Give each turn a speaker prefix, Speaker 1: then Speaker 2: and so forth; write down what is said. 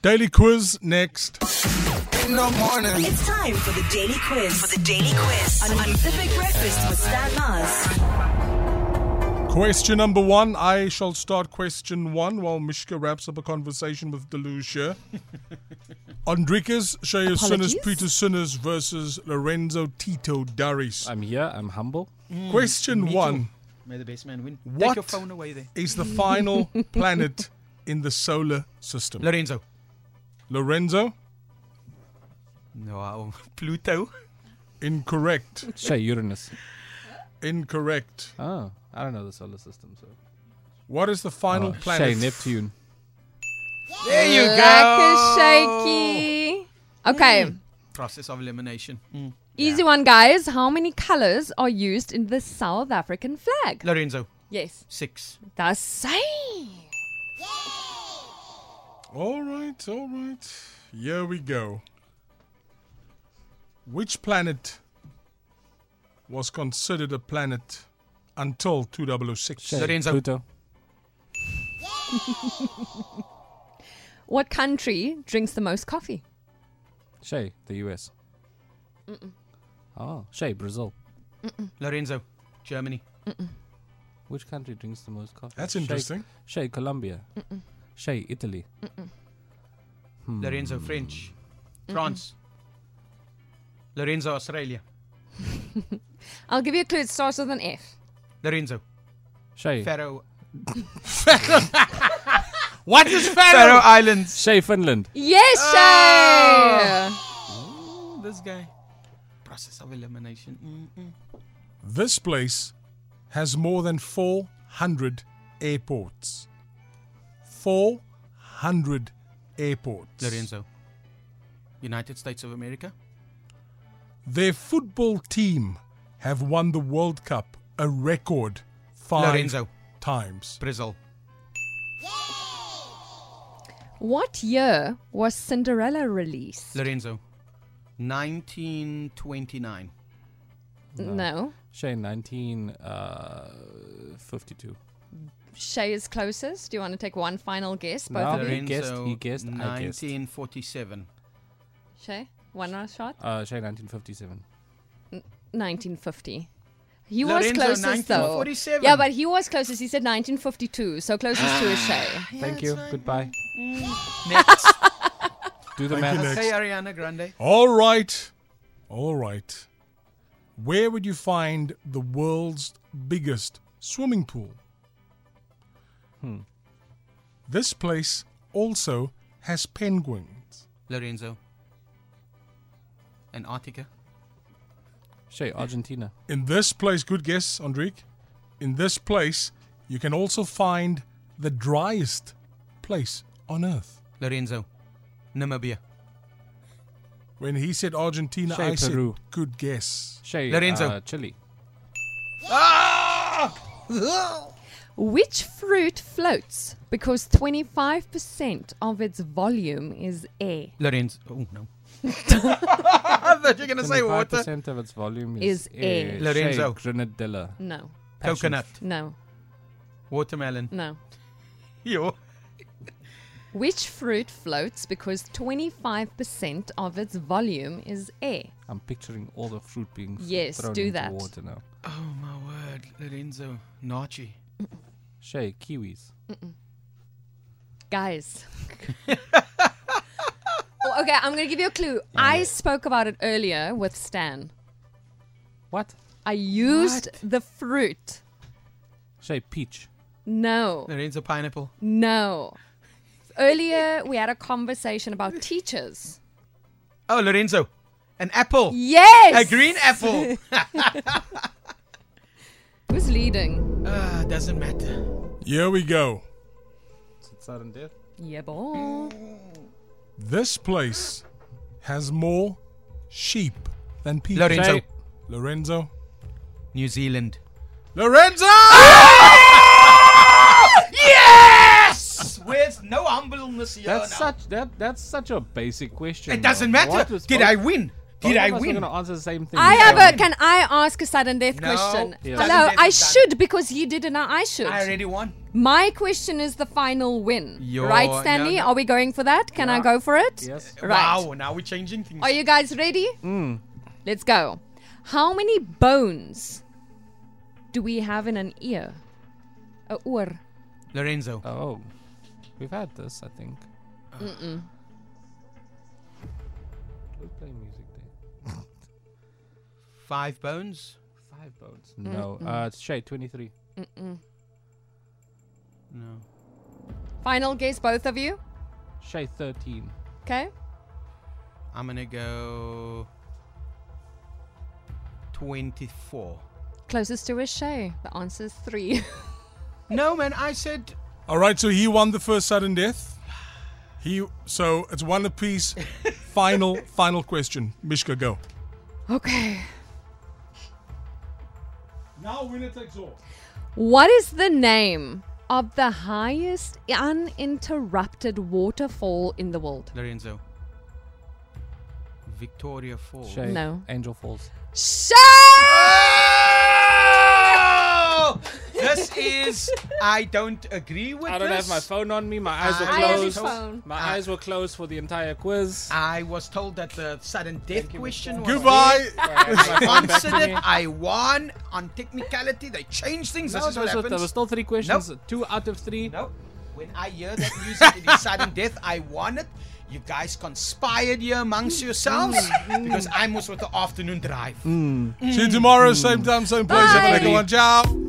Speaker 1: Daily quiz next.
Speaker 2: In the morning.
Speaker 3: It's time for the daily quiz. For the daily quiz on, on Pacific Breakfast with Stan Mars.
Speaker 1: Question number one. I shall start question one while Mishka wraps up a conversation with Delusia. Andrikas Shayasinas Petersinas versus Lorenzo Tito Daris.
Speaker 4: I'm here. I'm humble.
Speaker 1: question one
Speaker 5: May the best man win.
Speaker 1: What?
Speaker 5: Take your phone away there.
Speaker 1: is the final planet in the solar system.
Speaker 5: Lorenzo.
Speaker 1: Lorenzo,
Speaker 5: Wow. Pluto.
Speaker 1: incorrect.
Speaker 4: Say Uranus.
Speaker 1: Incorrect.
Speaker 4: Oh, I don't know the solar system. So.
Speaker 1: What is the final
Speaker 4: Oh,
Speaker 1: planet?
Speaker 4: Say Neptune.
Speaker 5: There you go.
Speaker 6: Like a shaky. Okay.
Speaker 5: Process of elimination.
Speaker 6: Easy one, guys. How many colors are used in the South African flag?
Speaker 5: Lorenzo.
Speaker 6: Yes.
Speaker 5: Six.
Speaker 6: The same.
Speaker 1: All right, all right. Here we go. Which planet was considered a planet until 2006?
Speaker 4: Say
Speaker 5: Lorenzo.
Speaker 4: Pluto.
Speaker 6: What country drinks the most coffee?
Speaker 4: Say the US. Oh, say Brazil.
Speaker 5: Lorenzo. Germany.
Speaker 4: Which country drinks the most coffee?
Speaker 1: That's
Speaker 4: Say-
Speaker 1: interesting.
Speaker 4: Say Colombia. Say Italy.
Speaker 5: Hmm. Lorenzo. French. France. Lorenzo. Australia.
Speaker 6: I'll give you a clue. It starts with an F.
Speaker 5: Lorenzo.
Speaker 4: Say
Speaker 5: Faroe.
Speaker 4: what is
Speaker 5: Faroe Islands.
Speaker 4: Say Finland.
Speaker 6: Yes, Shay.
Speaker 5: This guy. Process of elimination.
Speaker 1: This place has more than 400 airports. 400 airports.
Speaker 5: Lorenzo. United States of America.
Speaker 1: Their football team have won the World Cup a record five
Speaker 5: Lorenzo.
Speaker 1: times.
Speaker 5: Brazil.
Speaker 6: What year was Cinderella released?
Speaker 5: Lorenzo. 1929.
Speaker 6: No.
Speaker 4: Say uh, 1952.
Speaker 6: Shay is closest. Do you want to take one final guess? Both
Speaker 5: Oh,
Speaker 4: No.
Speaker 6: of you.
Speaker 4: He guessed, he guessed, I guessed.
Speaker 5: 1947.
Speaker 6: Shay, one last shot.
Speaker 4: Uh, say 1957.
Speaker 6: 1950. He
Speaker 5: Lorenzo,
Speaker 6: was closest though.
Speaker 5: 1947.
Speaker 6: Yeah, but he was closest. He said 1952, so closest to a Shay.
Speaker 4: Thank you. Goodbye.
Speaker 5: Next.
Speaker 4: Do the
Speaker 1: Thank you,
Speaker 4: math.
Speaker 1: Nick.
Speaker 5: hey, Ariana Grande.
Speaker 1: All right. All right. Where would you find the world's biggest swimming pool?
Speaker 4: Hmm.
Speaker 1: This place also has penguins.
Speaker 5: Lorenzo. And Antarctica.
Speaker 4: Say Argentina.
Speaker 1: In this place, good guess, Andrik. In this place, you can also find the driest place on earth.
Speaker 5: Lorenzo. Namibia.
Speaker 1: When he said Argentina,
Speaker 4: Say
Speaker 1: I
Speaker 4: Peru.
Speaker 1: said good guess.
Speaker 4: Say
Speaker 5: Lorenzo.
Speaker 4: uh, Chile.
Speaker 6: Which fruit floats because 25% of its volume is air?
Speaker 5: Lorenzo. Oh, no. I thought you were going to say water.
Speaker 4: 25% of its volume
Speaker 6: Is
Speaker 4: is, air.
Speaker 6: air.
Speaker 4: Say
Speaker 5: Lorenzo.
Speaker 4: Grenadilla.
Speaker 6: No,
Speaker 4: Passion
Speaker 5: Coconut.
Speaker 6: no,
Speaker 5: Watermelon.
Speaker 6: no.
Speaker 5: Yo.
Speaker 6: Which fruit floats because 25% of its volume is air?
Speaker 4: I'm picturing all the fruit being f-
Speaker 6: Yes,
Speaker 4: thrown
Speaker 6: do
Speaker 4: into
Speaker 6: that.
Speaker 4: water now.
Speaker 5: Oh, my word. Lorenzo. Nachi.
Speaker 4: Shay, kiwis.
Speaker 6: Guys. Oh, okay, I'm going to give you a clue. I spoke about it earlier with Stan.
Speaker 4: What?
Speaker 6: I used the fruit.
Speaker 4: Shay, peach.
Speaker 6: No.
Speaker 5: Lorenzo Pineapple.
Speaker 6: No. Earlier, we had a conversation about teachers.
Speaker 5: Oh, Lorenzo. An apple.
Speaker 6: Yes!
Speaker 5: A green apple.
Speaker 6: Who's leading?
Speaker 5: Ah, doesn't matter.
Speaker 1: Here we go.
Speaker 4: Is it sudden death?
Speaker 6: Yeah, boy.
Speaker 1: This place has more sheep than people.
Speaker 5: Lorenzo.
Speaker 4: Say-
Speaker 1: Lorenzo.
Speaker 5: New Zealand.
Speaker 1: Lorenzo!
Speaker 5: Yes! Where's no humbleness here
Speaker 4: That's
Speaker 5: now?
Speaker 4: such that that's such a basic question.
Speaker 5: It doesn't matter. Did I win? Did I
Speaker 4: We're
Speaker 5: win?
Speaker 4: going to answer the same thing.
Speaker 6: I
Speaker 4: So-
Speaker 6: have a. Can I ask a sudden death
Speaker 5: No.
Speaker 6: question?
Speaker 5: Yeah. Sudden
Speaker 6: Hello,
Speaker 5: death
Speaker 6: I
Speaker 5: is done.
Speaker 6: should because he did and now I should.
Speaker 5: I already won.
Speaker 6: My question is the final win.
Speaker 5: Yo,
Speaker 6: right,
Speaker 5: no,
Speaker 6: Stanley?
Speaker 5: no.
Speaker 6: Are we going for that? Can I go for it?
Speaker 4: Yes.
Speaker 6: Right.
Speaker 5: Wow, now we're changing things.
Speaker 6: Are you guys ready?
Speaker 5: Mm.
Speaker 6: Let's go. How many bones do we have in an ear? A oor.
Speaker 5: Lorenzo.
Speaker 4: Oh. We've had this, I think. Mm-mm. we play music day?
Speaker 5: Five bones.
Speaker 4: Five bones. No. Uh, it's Shay, 23.
Speaker 5: No.
Speaker 6: Final guess, both of you.
Speaker 4: Shay, 13.
Speaker 6: Okay.
Speaker 5: I'm gonna go. 24.
Speaker 6: Closest to a Shay. The answer is three.
Speaker 5: No, man, I said.
Speaker 1: All right, so he won the first sudden death. He so it's one apiece. final final question, Mishka, go.
Speaker 6: okay.
Speaker 1: Now winner takes all.
Speaker 6: What is the name of the highest uninterrupted waterfall in the world?
Speaker 5: Lorenzo. Victoria Falls.
Speaker 4: Shay,
Speaker 6: No.
Speaker 4: Angel Falls.
Speaker 6: Shay!
Speaker 5: Oh! this is. I don't agree with
Speaker 4: I don't
Speaker 5: this.
Speaker 4: have my phone on me. My eyes were
Speaker 5: I
Speaker 6: I have his
Speaker 4: closed.
Speaker 6: phone.
Speaker 5: Ah.
Speaker 4: My eyes were closed for the entire quiz.
Speaker 5: I was told that the sudden death question was.
Speaker 1: Goodbye.
Speaker 5: I answered it. I won on technicality. They changed things.
Speaker 4: No,
Speaker 5: this is
Speaker 4: there
Speaker 5: what
Speaker 4: was- there
Speaker 5: happens.
Speaker 4: were still three questions. Two out of three.
Speaker 5: No. When I hear that music in sudden death, I won it. You guys conspired here amongst yourselves because I was with the afternoon drive.
Speaker 1: See you tomorrow, same time, same place.
Speaker 6: Bye.
Speaker 1: Everybody, go on, ciao.